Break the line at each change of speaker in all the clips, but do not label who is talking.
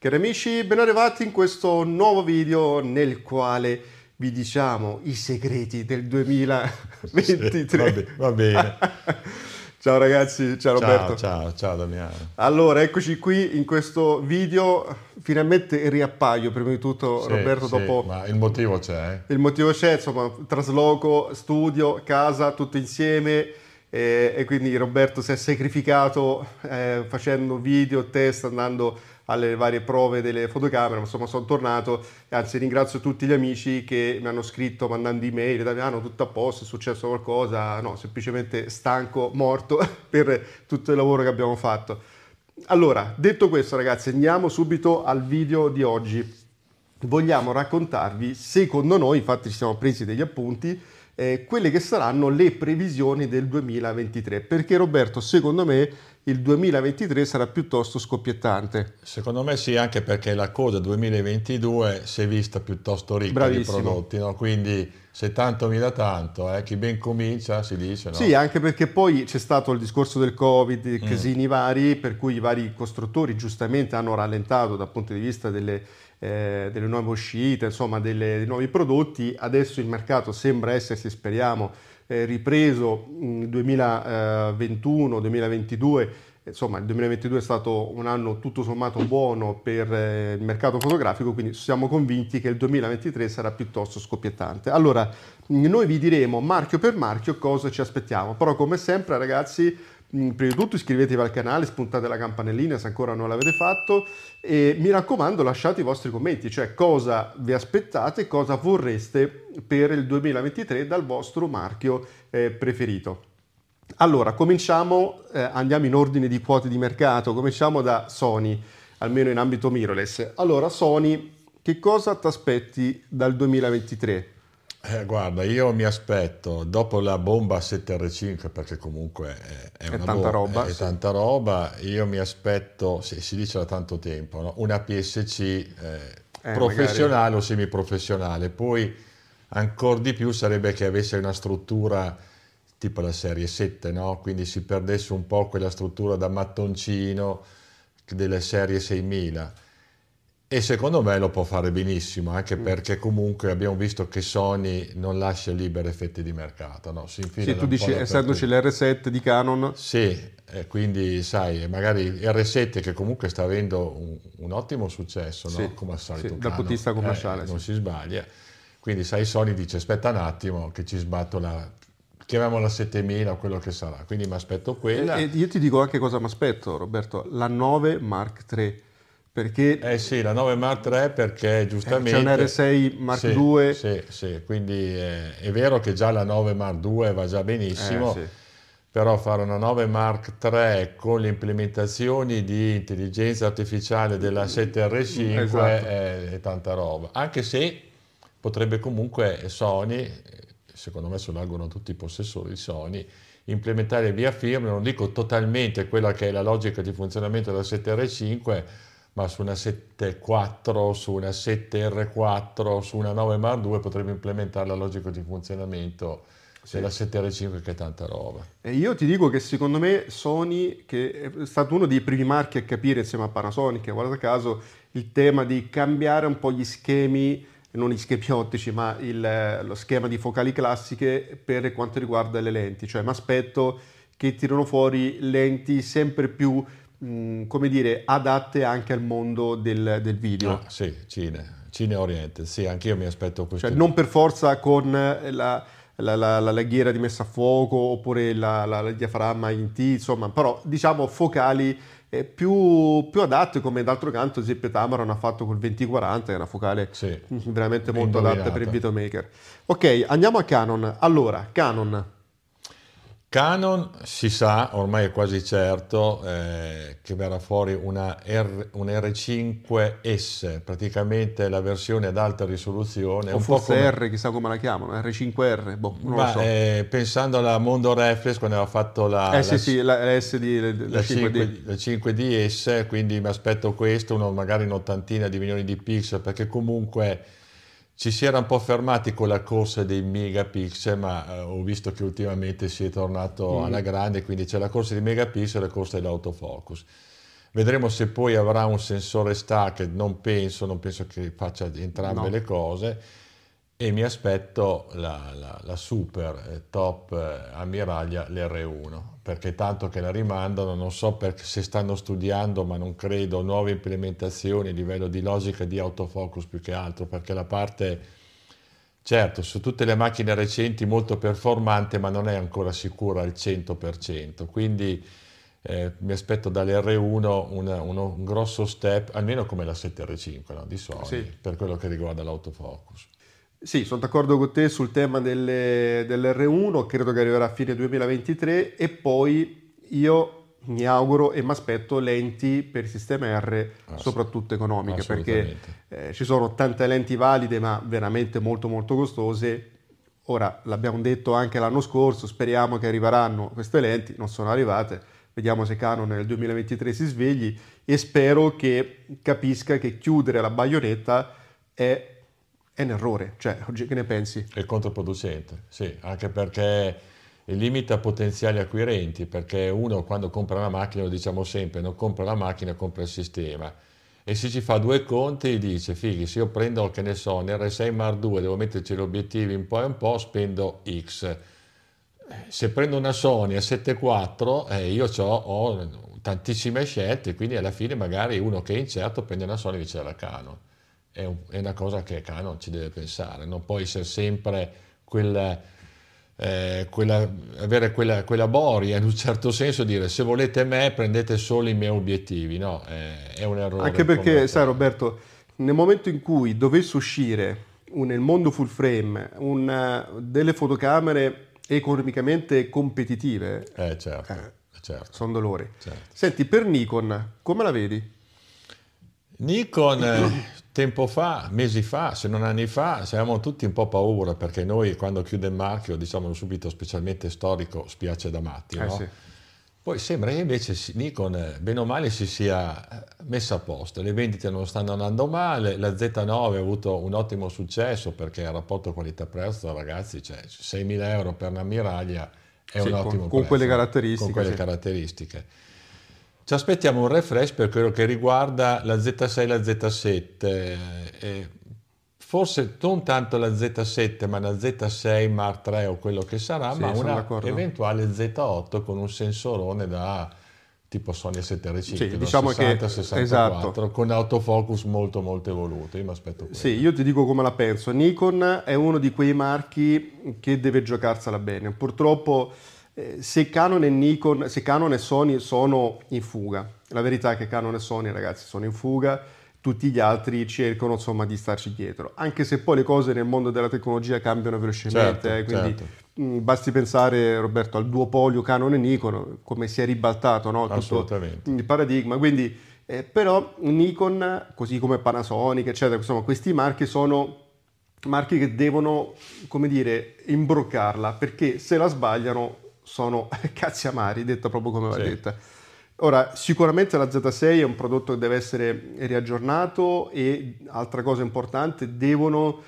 Cari amici, ben arrivati in questo nuovo video nel quale vi diciamo i segreti del 2023.
Sì, va, be- va bene.
ciao ragazzi, ciao Roberto.
Ciao, ciao, ciao Damiano.
Allora, eccoci qui in questo video. Finalmente riappaio prima di tutto,
Sì,
Roberto,
sì,
dopo
Ma il motivo c'è, eh?
il motivo c'è, insomma, trasloco, studio, casa, tutto insieme eh, e quindi Roberto si è sacrificato eh, facendo video, test, andando alle varie prove delle fotocamere, ma insomma sono tornato e anzi ringrazio tutti gli amici che mi hanno scritto mandando email, Damiano tutto a posto, è successo qualcosa, no, semplicemente stanco, morto per tutto il lavoro che abbiamo fatto. Allora, detto questo ragazzi, andiamo subito al video di oggi vogliamo raccontarvi, secondo noi, infatti ci siamo presi degli appunti, eh, quelle che saranno le previsioni del 2023, perché Roberto, secondo me, il 2023 sarà piuttosto scoppiettante.
Secondo me sì, anche perché la cosa 2022 si è vista piuttosto ricca
Bravissimo.
di prodotti, no? Quindi se tanto mi dà tanto, eh, chi ben comincia si dice, no?
Sì, anche perché poi c'è stato il discorso del Covid,
Mm.
casini vari, per cui i vari costruttori giustamente hanno rallentato dal punto di vista delle, eh, delle nuove uscite, insomma delle- dei nuovi prodotti. Adesso il mercato sembra essersi, speriamo, eh, ripreso mm, eh, in 2021, 2022. Insomma, il 2022 è stato un anno tutto sommato buono per eh, il mercato fotografico, quindi siamo convinti che il 2023 sarà piuttosto scoppiettante. Allora, Mm, Noi vi diremo marchio per marchio cosa ci aspettiamo, però come sempre ragazzi, mm, prima di tutto iscrivetevi al canale, spuntate la campanellina se ancora non l'avete fatto e mi raccomando lasciate i vostri commenti, cioè cosa vi aspettate, cosa vorreste per il 2023 dal vostro marchio eh, preferito. Allora, cominciamo, eh, andiamo in ordine di quote di mercato, cominciamo da Sony, almeno in ambito mirrorless. Allora, Sony, che cosa ti aspetti dal 2023?
Eh, guarda, io mi aspetto dopo la bomba 7R5, perché comunque eh, è,
È
una
tanta
bo-
roba,
è
sì.
tanta roba, io mi aspetto, sì, si dice da tanto tempo, no? una PSC eh, professionale o semiprofessionale, poi ancora di più sarebbe che avesse una struttura tipo la serie 7, no? quindi si perdesse un po' quella struttura da mattoncino delle serie 6000. E secondo me lo può fare benissimo, anche
Mm.
perché comunque abbiamo visto che Sony non lascia liberi effetti di mercato. No? Si infila
Sì,
da
tu
un po'
dici,
dappertutto.
essendoci l'R7 di Canon,
Sì, e quindi sai, magari il R7 che comunque sta avendo un, un ottimo successo, no?
Sì,
come al solito.
sì, dal
Canon,
punto di vista commerciale,
eh,
sì.
Non si sbaglia. Quindi sai, Sony dice aspetta un attimo che ci sbatto la... chiamiamola 7000 o quello che sarà. Quindi mi aspetto quella.
e- e io ti dico anche cosa mi aspetto, Roberto, la 9 Mark III, perché
Eh sì, la 9 Mark III perché giustamente...
Eh, c'è un R6 Mark
Sì,
II.
Sì, sì, quindi eh, è vero che già la 9 Mark II va già benissimo,
Eh, sì.
però fare una 9 Mark III con le implementazioni di intelligenza artificiale della 7R5
Esatto.
è, è eh, tanta roba, anche se potrebbe comunque Sony, eh, secondo me se lo augurano tutti i possessori di Sony, implementare via firma, non dico totalmente quella che è la logica di funzionamento della 7R5, ma su una 7.4, su una 7R4, su una 9 Mark II potrebbe implementare la logica di funzionamento della 7R5 che è tanta roba.
E io ti dico che secondo me Sony, che è stato uno dei primi marchi a capire insieme a Panasonic, e guarda caso, il tema di cambiare un po' gli schemi, non gli schemi ottici, ma il, eh, lo schema di focali classiche per quanto riguarda le lenti. Cioè mi aspetto che tirano fuori lenti sempre più, mh, come dire, adatte anche al mondo del, del video.
Ah, sì, Cine, Cine Oriente, sì, anch'io mi aspetto questo.
Cioè, non per forza con eh, la, la, la- la laghiera di messa a fuoco oppure la, la- la diaframma in T, insomma, però diciamo focali eh, più, più adatte, come d'altro canto, ad esempio, Tamron ha fatto col 2040, che è una focale
Sì.
mm, veramente molto
Indovinata.
adatta per il videomaker. Ok, andiamo a Canon. Allora, Canon,
Canon si sa, ormai è quasi certo, eh, che verrà fuori una R, un R5S, praticamente la versione ad alta risoluzione.
o
un po'
forse
come-
R, chissà come la chiamano, R5R, boh, non
Ma,
lo so.
eh, pensando alla Mondo Reflex, quando aveva fatto la,
eh sì,
la-
sì, la, la S di, la,
la
5D.
5D. la 5DS, quindi mi aspetto questo, uno, magari un'ottantina di milioni di pixel, perché comunque ci si era un po' fermati con la corsa dei megapixel, ma eh, ho visto che ultimamente si è tornato
Mm.
alla grande, quindi c'è la corsa dei megapixel e la corsa dell'autofocus. Vedremo se poi avrà un sensore stack, non penso, non penso che faccia entrambe no. le cose e mi aspetto la, la, la super eh, top eh, ammiraglia l'R1 perché tanto che la rimandano non so per, se stanno studiando ma non credo nuove implementazioni a livello di logica di autofocus più che altro perché la parte certo su tutte le macchine recenti molto performante ma non è ancora sicura al 100% quindi eh, mi aspetto dall'R1 una, uno, un grosso step almeno come la 7R5 no? di Sony sì. per quello che riguarda l'autofocus
sì, sono d'accordo con te sul tema delle, dell'R1, credo che arriverà a fine 2023 e poi io mi auguro e mi aspetto lenti per il sistema R, ah, soprattutto economiche, perché eh, ci sono tante lenti valide ma veramente molto molto costose. Ora, l'abbiamo detto anche l'anno scorso, speriamo che arriveranno queste lenti, non sono arrivate, vediamo se Canon nel 2023 si svegli e spero che capisca che chiudere la baionetta è è un errore, cioè che ne pensi?
È controproducente, sì, anche perché limita potenziali acquirenti, perché uno quando compra una macchina, lo diciamo sempre, non compra la macchina, compra il sistema. E se ci fa due conti dice, fighi, se io prendo, che ne so, un R6 Mark 2, devo metterci gli obiettivi un po' e un po', spendo X. Se prendo una Sony a 7.4, eh, io ho tantissime scelte, quindi alla fine magari uno che è incerto prende una Sony invece della Canon è, una cosa che Canon ci deve pensare, non può essere sempre quella, eh, quella, avere quella, quella, boria in un certo senso dire se volete me prendete solo i miei obiettivi, no, eh, è un errore.
Anche perché, commentare. sai Roberto, nel momento in cui dovesse uscire nel mondo full frame una, delle fotocamere economicamente competitive,
eh, certo, certo.
sono dolori. Certo. Senti, per Nikon, come la vedi?
Nikon eh, tempo fa, mesi fa, se non anni fa, avevamo tutti un po' paura perché noi quando chiude il marchio, diciamolo subito, specialmente storico, spiace da matti. Eh no? sì. Poi sembra che invece Nikon, eh, bene o male, si sia eh, messa a posto. Le vendite non stanno andando male, la Z9 ha avuto un ottimo successo perché il rapporto qualità-prezzo, ragazzi, cioè 6.000 euro per un'ammiraglia è sì, un ottimo
con, con
prezzo. eh.
Quelle
con quelle sì. caratteristiche. Ci aspettiamo un refresh per quello che riguarda la Z6 e la Z7. E forse non tanto la Z7, ma la Z6 Mark III o quello che sarà, sì, ma una eventuale Z8 con un sensorone da tipo Sony 7R5, sì, diciamo 60, che, 64, esatto. con autofocus molto molto evoluto. Io mi aspetto quello.
Sì, io ti dico come la penso. Nikon è uno di quei marchi che deve giocarsela bene. Purtroppo eh, se Canon e Nikon, se Canon e Sony sono in fuga, la verità è che Canon e Sony, ragazzi, sono in fuga, tutti gli altri cercano insomma di starci dietro, anche se poi le cose nel mondo della tecnologia cambiano velocemente, certo, eh, quindi certo. mh, basti pensare Roberto al duopolio Canon e Nikon, come si è ribaltato no? tutto il paradigma, quindi eh, però Nikon, così come Panasonic, eccetera, insomma questi marchi sono marchi che devono, come dire, imbroccarla, perché se la sbagliano sono cazzi amari, detta proprio come va sì. detta. Ora, sicuramente la Z6 è un prodotto che deve essere riaggiornato e, altra cosa importante, devono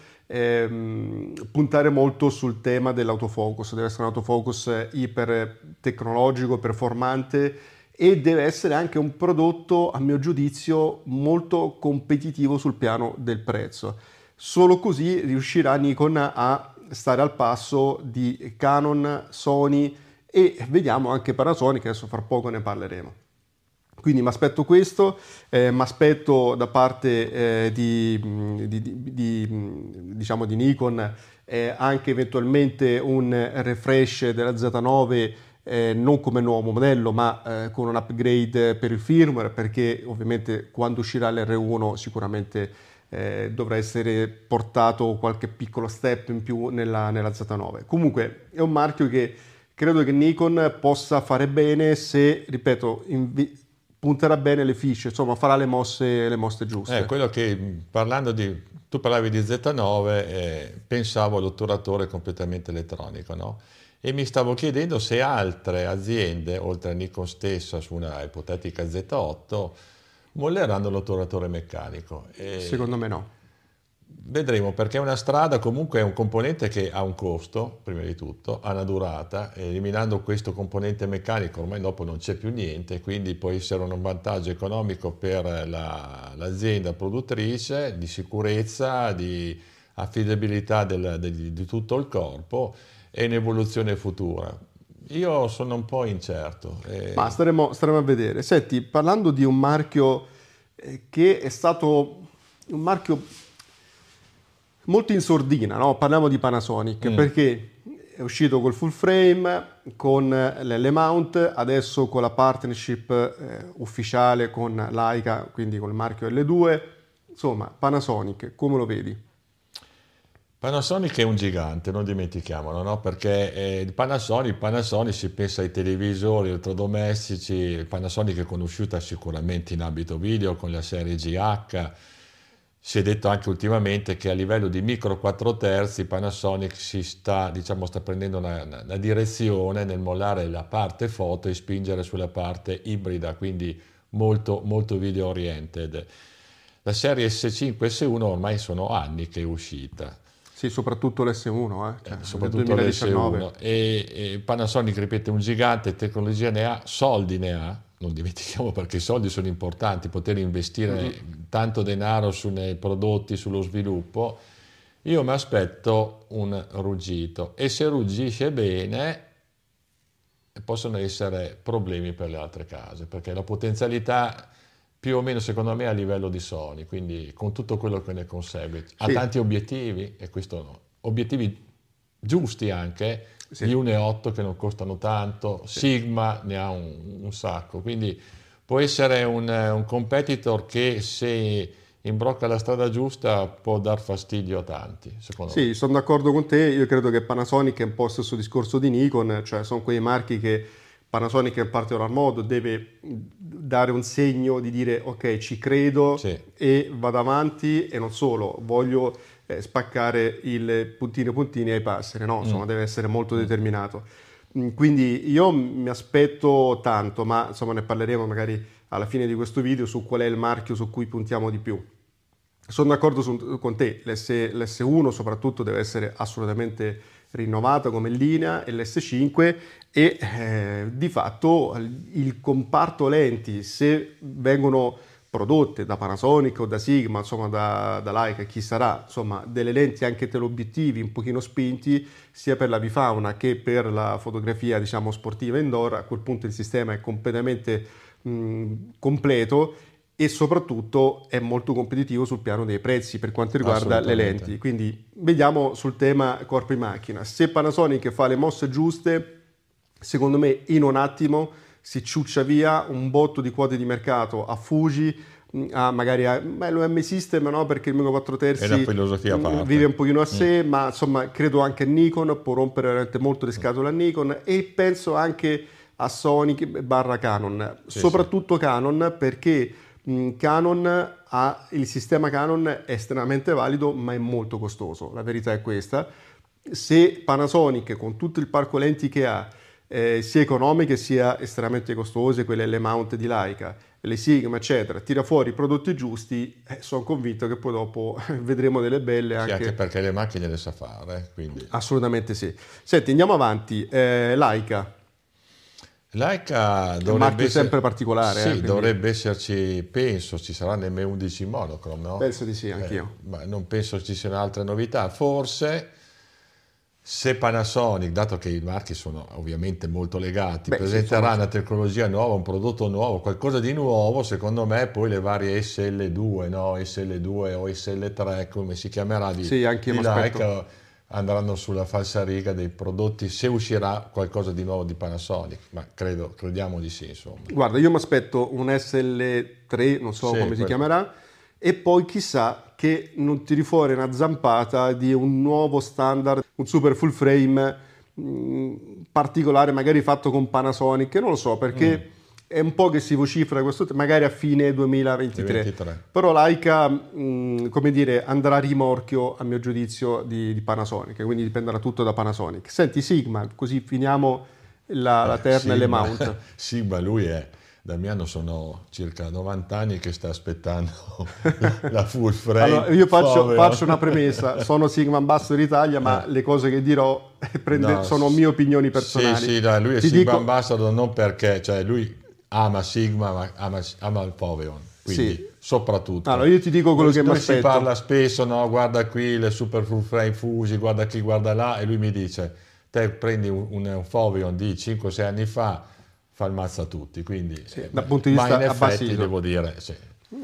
ehm, puntare molto sul tema dell'autofocus, deve essere un autofocus iper tecnologico, performante e deve essere anche un prodotto, a mio giudizio, molto competitivo sul piano del prezzo. Solo così riuscirà Nikon a stare al passo di Canon, Sony, e vediamo anche Panasonic, adesso fra poco ne parleremo. Quindi mi aspetto questo, eh, mi aspetto da parte eh, di, di, di, diciamo di, Nikon eh, anche eventualmente un refresh della Z9 non come nuovo modello ma eh, con un upgrade per il firmware perché ovviamente quando uscirà l'R1 sicuramente eh, dovrà essere portato qualche piccolo step in più nella, nella, Z9. Comunque è un marchio che credo che Nikon possa fare bene se, ripeto, invi- punterà bene le fiche, insomma farà le mosse, le mosse giuste.
Eh, quello che parlando di, tu parlavi di Z9, eh, pensavo all'otturatore completamente elettronico, no? E mi stavo chiedendo se altre aziende, oltre a Nikon stessa, su una ipotetica Z8, molleranno l'otturatore meccanico.
E... Secondo me no.
Vedremo perché una strada comunque è un componente che ha un costo, prima di tutto, ha una durata, eliminando questo componente meccanico ormai dopo non c'è più niente, quindi può essere un vantaggio economico per la, l'azienda produttrice, di sicurezza, di affidabilità del, di, di tutto il corpo e un'evoluzione futura. Io sono un po' incerto.
E... Ma staremo, staremo, a vedere. Senti, parlando di un marchio eh, che è stato un marchio molto in sordina, no? parliamo di Panasonic, mm. perché è uscito col full frame, con l'L-mount, adesso con la partnership eh, ufficiale con Laika, quindi col marchio L2. Insomma, Panasonic, come lo vedi?
Panasonic è un gigante, non dimentichiamolo, no? perché eh, il Panasonic, Panasonic, si pensa ai televisori, elettrodomestici, il Panasonic è conosciuta sicuramente in ambito video con la serie GH, si è detto anche ultimamente che a livello di micro 4 terzi Panasonic si sta, diciamo, sta prendendo una, una direzione nel mollare la parte foto e spingere sulla parte ibrida, quindi molto, molto video oriented. La serie S5 e S1 ormai sono anni che è uscita.
Sì, soprattutto l'S1, eh,
soprattutto l'S1. E, e, Panasonic, ripeto, è un gigante, tecnologia ne ha, soldi ne ha, non dimentichiamo perché i soldi sono importanti, poter investire mm-hmm. tanto denaro sui prodotti, sullo sviluppo. Io mi aspetto un ruggito e se ruggisce bene possono essere problemi per le altre case, perché la potenzialità più o meno secondo me a livello di Sony, quindi con tutto quello che ne consegue. Ha sì. tanti obiettivi, e questo no. obiettivi giusti anche, sì. gli 1,8 che non costano tanto, sì. Sigma ne ha un, un, sacco, quindi può essere un, un, competitor che se imbrocca la strada giusta può dar fastidio a tanti, secondo
sì,
me.
Sì, sono d'accordo con te, io credo che Panasonic è un po' lo stesso discorso di Nikon, cioè sono quei marchi che... Panasonic in particolar modo deve dare un segno di dire ok ci credo sì. e vado avanti e non solo, voglio eh, spaccare il puntino puntini ai passeri, no? insomma mm. deve essere molto mm. determinato. Mm, Quindi io mi aspetto tanto, ma insomma ne parleremo magari alla fine di questo video su qual è il marchio su cui puntiamo di più. Sono d'accordo su, con te, l'S, l'S1 soprattutto deve essere assolutamente rinnovata come linea e l'S5 e eh, di fatto il comparto lenti se vengono prodotte da Panasonic o da Sigma, insomma da, da Leica, chi sarà, insomma delle lenti anche teleobiettivi un pochino spinti sia per la bifauna che per la fotografia diciamo sportiva indoor, a quel punto il sistema è completamente mh, completo e soprattutto è molto competitivo sul piano dei prezzi per quanto riguarda le lenti. Quindi vediamo sul tema corpo in macchina. Se Panasonic fa le mosse giuste, secondo me in un attimo si ciuccia via un botto di quote di mercato a Fuji, a magari a, beh, l'OM System, no? perché il Mega 4 terzi vive un pochino a sé, mm. ma insomma credo anche a Nikon, può rompere veramente molto le scatole a Nikon e penso anche a Sony barra Canon, sì, soprattutto sì. Canon perché... Canon ha, il sistema Canon è estremamente valido ma è molto costoso, la verità è questa. Se Panasonic con tutto il parco lenti che ha, eh, sia economiche sia estremamente costose, quelle le mount di Leica, le Sigma eccetera, tira fuori i prodotti giusti, eh, sono convinto che poi dopo vedremo delle belle
anche... Sì, anche perché le macchine le sa fare, quindi...
Assolutamente sì. Senti, andiamo avanti, eh, Leica,
Leica
dovrebbe, marchio essere, sempre particolare.
Sì,
eh,
dovrebbe esserci, penso ci sarà l'M11 monochrome, no?
Penso di sì, anch'io.
Eh, ma non penso ci siano altre novità. Forse se Panasonic, dato che i marchi sono ovviamente molto legati, Beh, presenterà sì, una tecnologia nuova, un prodotto nuovo, qualcosa di nuovo, secondo me poi le varie SL2, no? SL2 o SL3, come si chiamerà di,
sì, anche
di Leica, andranno sulla falsa riga dei prodotti se uscirà qualcosa di nuovo di Panasonic, ma credo, crediamo di sì insomma.
Guarda, io mi aspetto un SL3, non so sì, come quello. si chiamerà, e poi chissà che non tiri fuori una zampata di un nuovo standard, un super full frame mh, particolare, magari fatto con Panasonic, non lo so perché... Mm è un po' che si vocifera questo, magari a fine 2023. 2023. Però Laika, mh, come dire, andrà a rimorchio, a mio giudizio, di, di, Panasonic, quindi dipenderà tutto da Panasonic. Senti Sigma, così finiamo la, eh, la terna e le mount.
Sigma, lui è Damiano sono circa 90 anni che sta aspettando la full frame.
Allora, io faccio, faccio, una premessa, sono Sigma Ambassador d'Italia, ma eh. le cose che dirò prende, no, sono mie opinioni personali.
Sì, sì, no, lui è Ti Sigma dico... Ambassador non perché, cioè lui ama Sigma, ma ama, ama il Poveon. Quindi, sì. soprattutto.
Allora, io ti dico quello che mi aspetto.
si parla spesso, no? Guarda qui le super full frame fusi, guarda qui, guarda là, e lui mi dice, te prendi un, un, un Foveon di 5-6 anni fa, fa il mazzo a tutti. Quindi,
sì, eh, dal punto di vista
abbassato, devo dire, sì.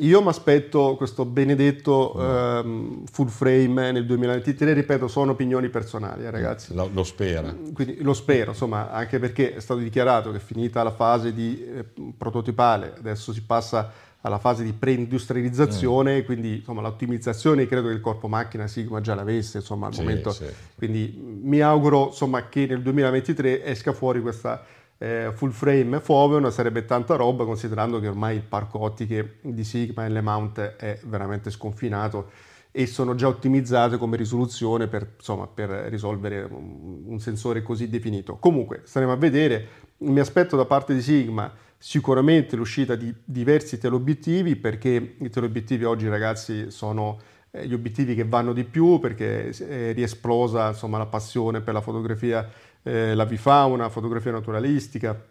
Io mi aspetto questo benedetto mm. um, full frame nel 2023, ripeto, sono opinioni personali, eh, ragazzi.
Lo, lo spera.
Quindi, lo spero, insomma, anche perché è stato dichiarato che finita la fase di eh, prototipale, adesso si passa alla fase di preindustrializzazione, mm. quindi insomma, l'ottimizzazione credo che il corpo macchina Sigma già l'avesse insomma, al sì, momento. Sì. Quindi mi auguro insomma, che nel 2023 esca fuori questa eh, full frame Foveon, sarebbe tanta roba considerando che ormai il parco ottiche di Sigma e le mount è veramente sconfinato e sono già ottimizzate come risoluzione per, insomma, per risolvere un, un sensore così definito. Comunque staremo a vedere, mi aspetto da parte di Sigma sicuramente l'uscita di diversi teleobiettivi perché i teleobiettivi oggi ragazzi sono eh, gli obiettivi che vanno di più perché eh, è riesplosa insomma, la passione per la fotografia, eh, la vifauna, fotografia naturalistica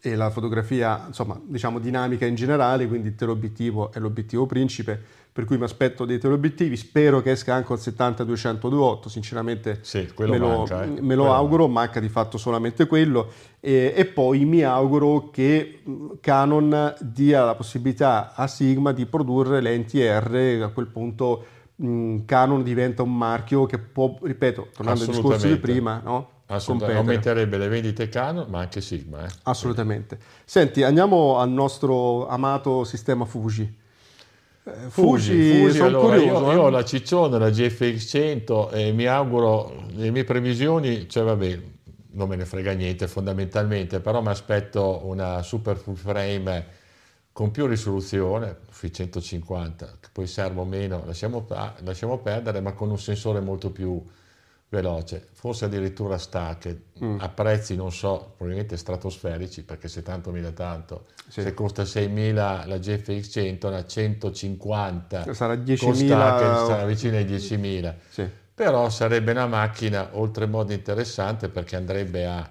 e la fotografia insomma, diciamo dinamica in generale, quindi il teleobiettivo è l'obiettivo principe, per cui mi aspetto dei teleobiettivi, spero che esca anche il 70-200-28, sinceramente
sì,
me, lo,
manca, eh.
me lo quello auguro, manca. manca. di fatto solamente quello, e, e, poi mi auguro che mm, Canon dia la possibilità a Sigma di produrre lenti R, a quel punto mh, Canon diventa un marchio che può, ripeto, tornando al discorso di prima, no?
Assolutamente, competere. aumenterebbe le vendite Canon, ma anche Sigma. Eh.
Assolutamente. Senti, andiamo al nostro amato sistema Fuji.
Fuji, Fuji sono allora, curioso. eh. Io, io, ho
eh.
la ciccione, la GFX 100 e mi auguro, le mie previsioni, cioè vabbè, non me ne frega niente fondamentalmente, però mi aspetto una super full frame con più risoluzione, sui 150, che poi servo meno, lasciamo, lasciamo perdere, ma con un sensore molto più veloce, forse addirittura stacked, mm. a prezzi non so, probabilmente stratosferici, perché 70.000 tanto, sì. se costa 6.000 la GFX 100, la 150
Cioè, sarà 10.000,
con stacked sarà vicina ai 10.000,
sì.
però sarebbe una macchina oltremodo interessante perché andrebbe a,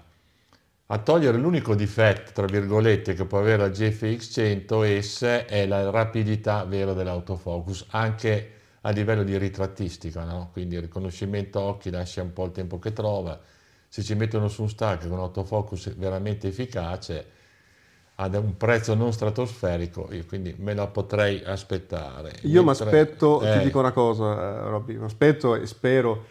a, togliere l'unico difetto, tra virgolette, che può avere la GFX 100S è la rapidità vera dell'autofocus, anche a livello di ritrattistica, no? quindi il riconoscimento occhi lascia un po' il tempo che trova, se ci mettono su un stack con un autofocus veramente efficace ad un prezzo non stratosferico, io quindi me la potrei aspettare.
Io Mentre... mi aspetto, eh... ti dico una cosa Robby, mi aspetto e spero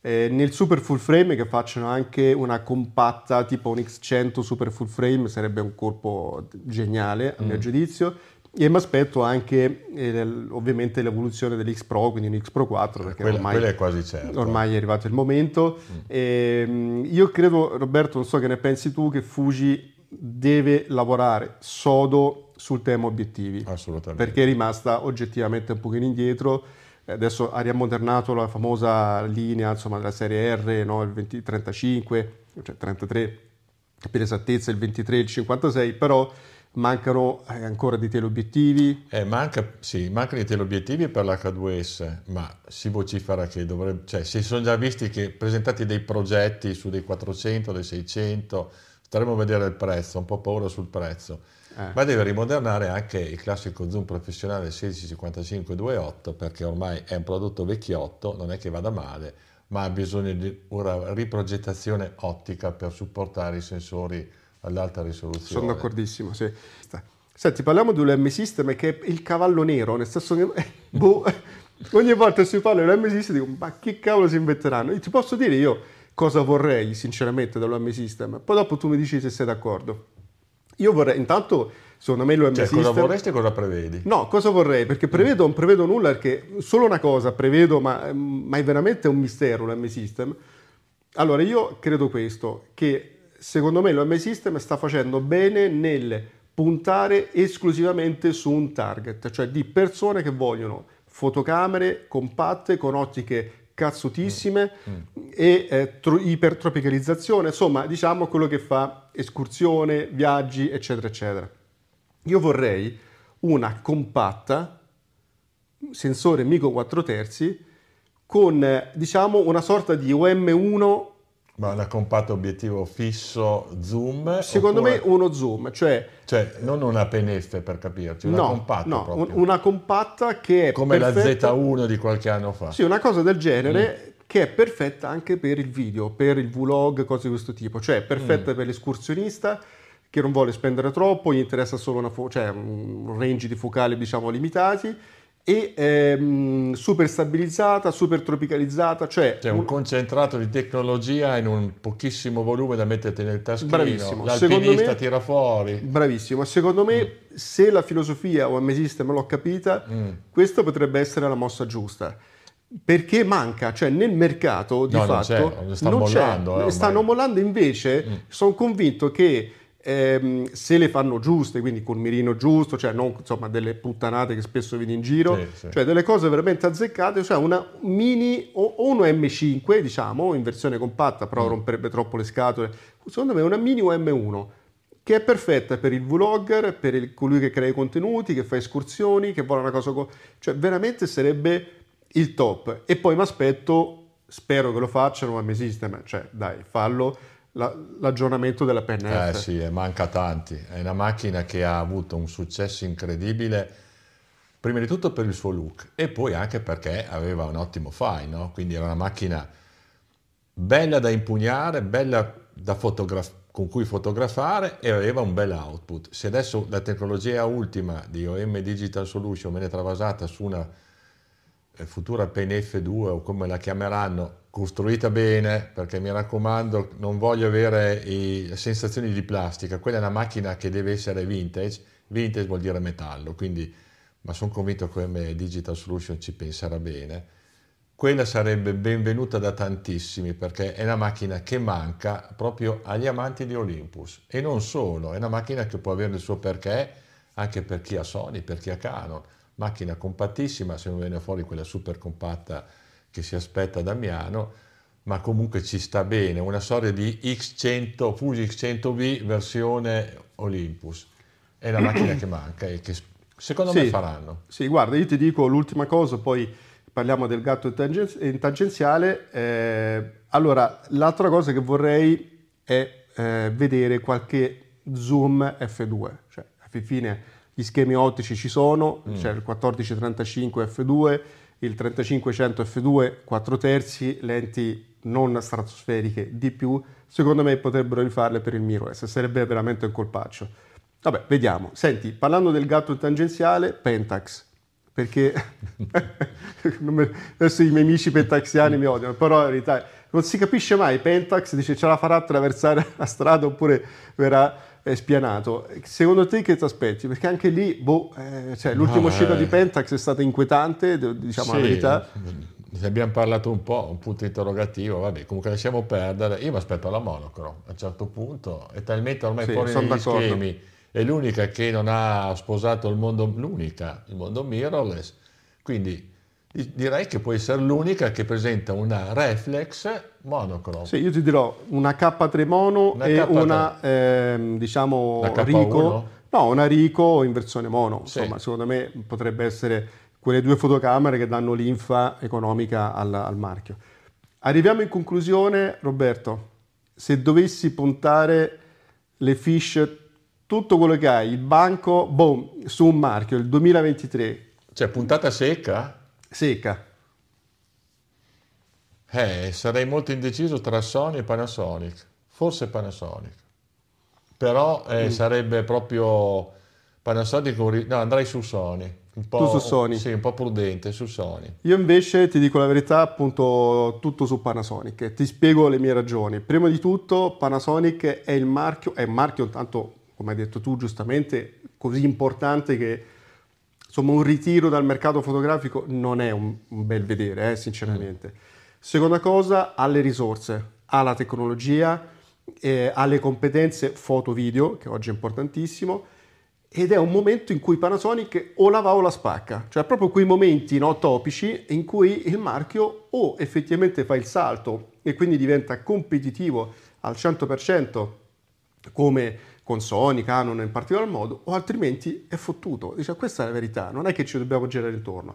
eh, nel super full frame che facciano anche una compatta tipo un X100 super full frame, sarebbe un corpo geniale a mio mm. giudizio, e mi aspetto anche eh, ovviamente l'evoluzione dell'X Pro, quindi un X Pro 4, perché
quella,
ormai,
quella è quasi certo.
ormai è arrivato il momento. Mm. E, io credo, Roberto, non so che ne pensi tu, che Fuji deve lavorare sodo sul tema obiettivi,
Assolutamente.
perché è rimasta oggettivamente un pochino indietro. Eh, Adesso ha riammodernato la famosa linea insomma, della serie R, no? il 20, 35, cioè 33 per esattezza, il 23, il 56, però mancano eh, ancora dei teleobiettivi?
Eh, manca, sì, mancano i teleobiettivi per l'H2S, ma si vocifera che dovrebbe... Cioè, si sono già visti che presentati dei progetti su dei 400, dei 600, staremo a vedere il prezzo, un po' paura sul prezzo. Eh. Ma deve rimodernare anche il classico zoom professionale 16-55-28 perché ormai è un prodotto vecchiotto, non è che vada male, ma ha bisogno di una riprogettazione ottica per supportare i sensori all'alta risoluzione.
Sono d'accordissimo, sì. Senti, parliamo di un M System che è il cavallo nero, nel senso che boh, ogni volta che si parla di un M System dico ma che cavolo si inventeranno? Io ti posso dire io cosa vorrei sinceramente dall'OM System, poi dopo tu mi dici se sei d'accordo. Io vorrei intanto secondo me l'OM
cioè,
System...
cosa vorresti e cosa prevedi?
No, cosa vorrei? Perché prevedo, non prevedo nulla, perché solo una cosa prevedo, ma, ma è veramente un mistero l'OM System. Allora, io credo questo, che secondo me l'OM System sta facendo bene nel puntare esclusivamente su un target, cioè di persone che vogliono fotocamere compatte con ottiche cazzutissime mm. Mm. e eh, tro- ipertropicalizzazione, insomma diciamo quello che fa escursione, viaggi eccetera eccetera. Io vorrei una compatta, sensore Mico 4 terzi, con eh, diciamo una sorta di OM1
ma una compatta obiettivo fisso zoom?
Secondo
oppure-
me uno zoom, cioè
Cioè, non una PNF per capirci, una
no,
compatta
no,
proprio.
un- una compatta che è
Come
perfetta-
la Z1 di qualche anno fa.
Sì, una cosa del genere che è perfetta anche per il video, per il vlog, cose di questo tipo, cioè è perfetta per l'escursionista che non vuole spendere troppo, gli interessa solo una fo- cioè, un range di focali diciamo limitati e ehm, super stabilizzata, super tropicalizzata, cioè,
Cioè, un concentrato di tecnologia in un pochissimo volume da metterti nel taschino.
Bravissimo. Secondo
L'alpinista
me-
tira fuori.
Bravissimo, secondo me se la filosofia OM System l'ho capita,
Mm.
questa potrebbe essere la mossa giusta. Perché manca, cioè nel mercato di
No, non
fatto
c'è, sta mollando, eh, ormai. Mm.
stanno mollando invece, sono convinto che ehm, se le fanno giuste, quindi col mirino giusto, cioè non insomma delle puttanate che spesso vedi in giro,
Sì, sì.
cioè delle cose veramente azzeccate, cioè una mini o, o una M5 diciamo in versione compatta, però
Mm.
romperebbe troppo le scatole, secondo me una mini OM1 che è perfetta per il vlogger, per il- colui che crea i contenuti, che fa escursioni, che vuole una cosa... co- cioè veramente sarebbe il top. E poi mi aspetto, spero che lo facciano, ma mi esiste, ma cioè dai, fallo, la- l'aggiornamento della PNF.
Eh sì, eh, manca tanti. È una macchina che ha avuto un successo incredibile, prima di tutto per il suo look e poi anche perché aveva un ottimo file, no? Quindi era una macchina bella da impugnare, bella da fotograf- con cui fotografare e aveva un bel output. Se adesso la tecnologia ultima di OM Digital Solution viene travasata su una eh, futura PNF2 o come la chiameranno, costruita bene, perché mi raccomando, non voglio avere i- sensazioni di plastica. Quella è una macchina che deve essere vintage, vintage vuol dire metallo, quindi ma sono convinto che come Digital Solution ci penserà bene. Quella sarebbe benvenuta da tantissimi perché è una macchina che manca proprio agli amanti di Olympus e non solo, è una macchina che può avere il suo perché anche per chi ha Sony, per chi ha Canon, macchina compattissima, se non viene fuori quella super compatta che si aspetta da Miano, ma comunque ci sta bene, una storia di X100, Fuji X100V versione Olympus. È la macchina che manca e che s- secondo me
Sì.
faranno.
Sì, guarda, io ti dico l'ultima cosa, poi parliamo del gatto in, tangen- in tangenziale. Eh, allora, l'altra cosa che vorrei è eh, vedere qualche zoom F2, cioè alla fine gli schemi ottici ci sono, c'è il 1435 F2, il 3500 F2, 4 terzi, lenti non stratosferiche di più, secondo me potrebbero rifarle per il Miro S, sarebbe veramente un colpaccio. Vabbè, vediamo. Senti, parlando del gatto in tangenziale, Pentax. Perché non me- adesso i miei amici pentaxiani mi odiano, però in realtà non si capisce mai. Pentax dice ce la farà attraversare la strada oppure verrà eh, spianato. Secondo te che ti aspetti? Perché anche lì, boh, eh, cioè, l'ultima
No,
uscita
eh.
di Pentax è stata inquietante, de- diciamo la
Sì,
verità.
Ne abbiamo parlato un po', un punto interrogativo, vabbè, comunque lasciamo perdere. Io mi aspetto la monocro a un certo punto, è talmente ormai
Sì,
fuori
sono
dagli
d'accordo.
schemi. È l'unica che non ha sposato il mondo, l'unica, il mondo mirrorless. Quindi di- direi che può essere l'unica che presenta una reflex monocro.
Sì, io ti dirò una K3 mono
Una
e
K3.
una, ehm, diciamo,
La K1?
Rico. No, una Rico in versione mono.
Sì.
Insomma, secondo me potrebbe essere quelle due fotocamere che danno l'infa economica al, al marchio. Arriviamo in conclusione, Roberto. Se dovessi puntare le fish, tutto quello che hai, il banco, boom, su un marchio, il 2023,
Cioè, puntata secca?
secca.
Eh, sarei molto indeciso tra Sony e Panasonic, forse Panasonic, però eh,
Mm.
sarebbe proprio Panasonic, un ri- no, andrei su Sony, un po',
Tu su Sony?
Sì, un po' prudente, su Sony.
Io invece ti dico la verità, appunto, tutto su Panasonic. e Ti spiego le mie ragioni. Prima di tutto, Panasonic è il marchio, è un marchio tanto, come hai detto tu giustamente, così importante che insomma un ritiro dal mercato fotografico non è un, un bel vedere, eh, sinceramente. Seconda cosa, ha le risorse, ha la tecnologia, eh, ha le competenze foto-video, che oggi è importantissimo, ed è un momento in cui Panasonic o la va o la spacca, cioè proprio quei momenti no, topici in cui il marchio o effettivamente fa il salto e quindi diventa competitivo al 100% come, con Sony, Canon in particolar modo, o altrimenti è fottuto. Dice, questa è la verità, non è che ci dobbiamo girare intorno.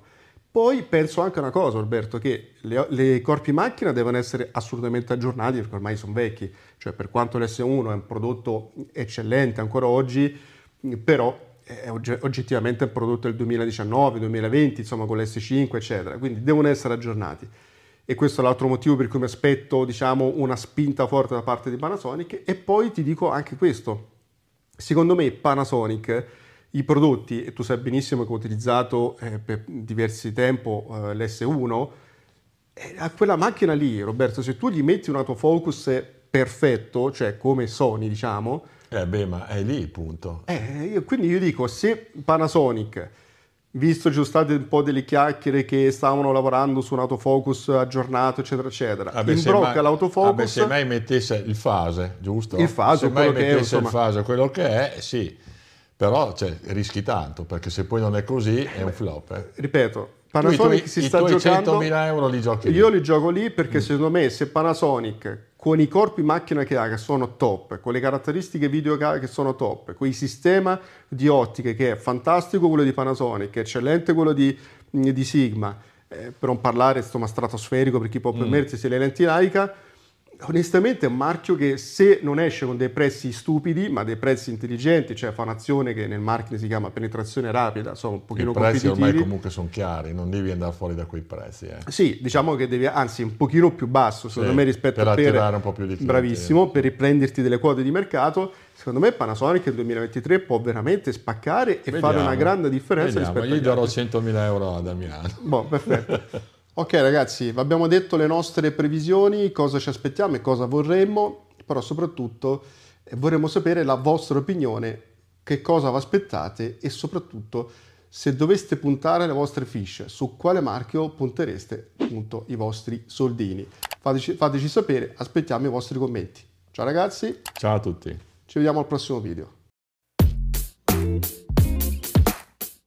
Poi penso anche a una cosa, Alberto, che le, le, corpi macchina devono essere assolutamente aggiornati perché ormai sono vecchi, cioè per quanto l'S1 è un prodotto eccellente ancora oggi, però è oggettivamente un prodotto del 2019, 2020, insomma con l'S5, eccetera, quindi devono essere aggiornati. E questo è l'altro motivo per cui mi aspetto, diciamo, una spinta forte da parte di Panasonic e poi ti dico anche questo. Secondo me Panasonic i prodotti, e tu sai benissimo che ho utilizzato eh, per diversi tempo eh, l'S1, eh, a quella macchina lì, Roberto, se tu gli metti un autofocus perfetto, cioè come Sony, diciamo...
Eh beh, ma è lì, punto.
Eh, Io, quindi io dico, se Panasonic, visto ci sono state un po' delle chiacchiere che stavano lavorando su un autofocus aggiornato, eccetera, eccetera,
vabbè,
imbrocca
mai,
Eh, l'autofocus... Vabbè,
se mai mettesse il fase, giusto?
Il fase,
se mai
quello che è,
mettesse il fase, quello che è, sì però cioè, rischi tanto perché se poi non è così è un flop. Eh.
Ripeto, Panasonic
tu,
si
i
sta
tuoi
giocando.
100.000 euro li giochi
Io li gioco lì perché mm. secondo me se Panasonic con i corpi macchina che ha che sono top, con le caratteristiche video che ha che sono top, con il sistema di ottiche che è fantastico quello di Panasonic, eccellente quello di, mm, di Sigma, eh, per non parlare insomma stratosferico per chi può permettersi mm. le lenti Leica onestamente è un marchio che se non esce con dei prezzi stupidi, ma dei prezzi intelligenti, cioè fa un'azione che nel marketing si chiama penetrazione rapida, insomma un pochino
I prezzi
competitivi.
ormai comunque sono chiari, non devi andare fuori da quei prezzi. Eh.
Sì, diciamo che devi, anzi un pochino più basso, secondo sì, me rispetto
per
a per,
attirare un po' più di clienti.
Bravissimo, per riprenderti delle quote di mercato, secondo me Panasonic nel 2023 può veramente spaccare e
vediamo,
fare una grande differenza
vediamo,
rispetto
Io darò 100.000 euro a Damiano.
Boh, perfetto. Ok ragazzi, vi abbiamo detto le nostre previsioni, cosa ci aspettiamo e cosa vorremmo, però soprattutto eh, vorremmo sapere la vostra opinione, che cosa vi aspettate e soprattutto se doveste puntare le vostre fish, su quale marchio puntereste appunto i vostri soldini. Fateci, fateci sapere, aspettiamo i vostri commenti. Ciao ragazzi.
Ciao a tutti.
Ci vediamo al prossimo video.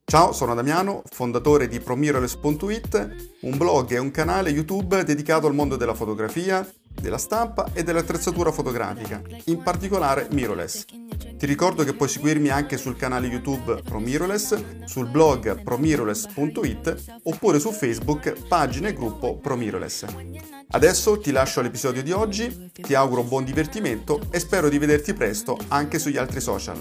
Ciao, sono Damiano, fondatore di promireless.it, un blog e un canale YouTube dedicato al mondo della fotografia, della stampa e dell'attrezzatura fotografica, in particolare mirrorless. Ti ricordo che puoi seguirmi anche sul canale YouTube Promirrorless, sul blog promirrorless.it oppure su Facebook pagina e gruppo Promirrorless. Adesso ti lascio all'episodio di oggi, ti auguro buon divertimento e spero di vederti presto anche sugli altri social.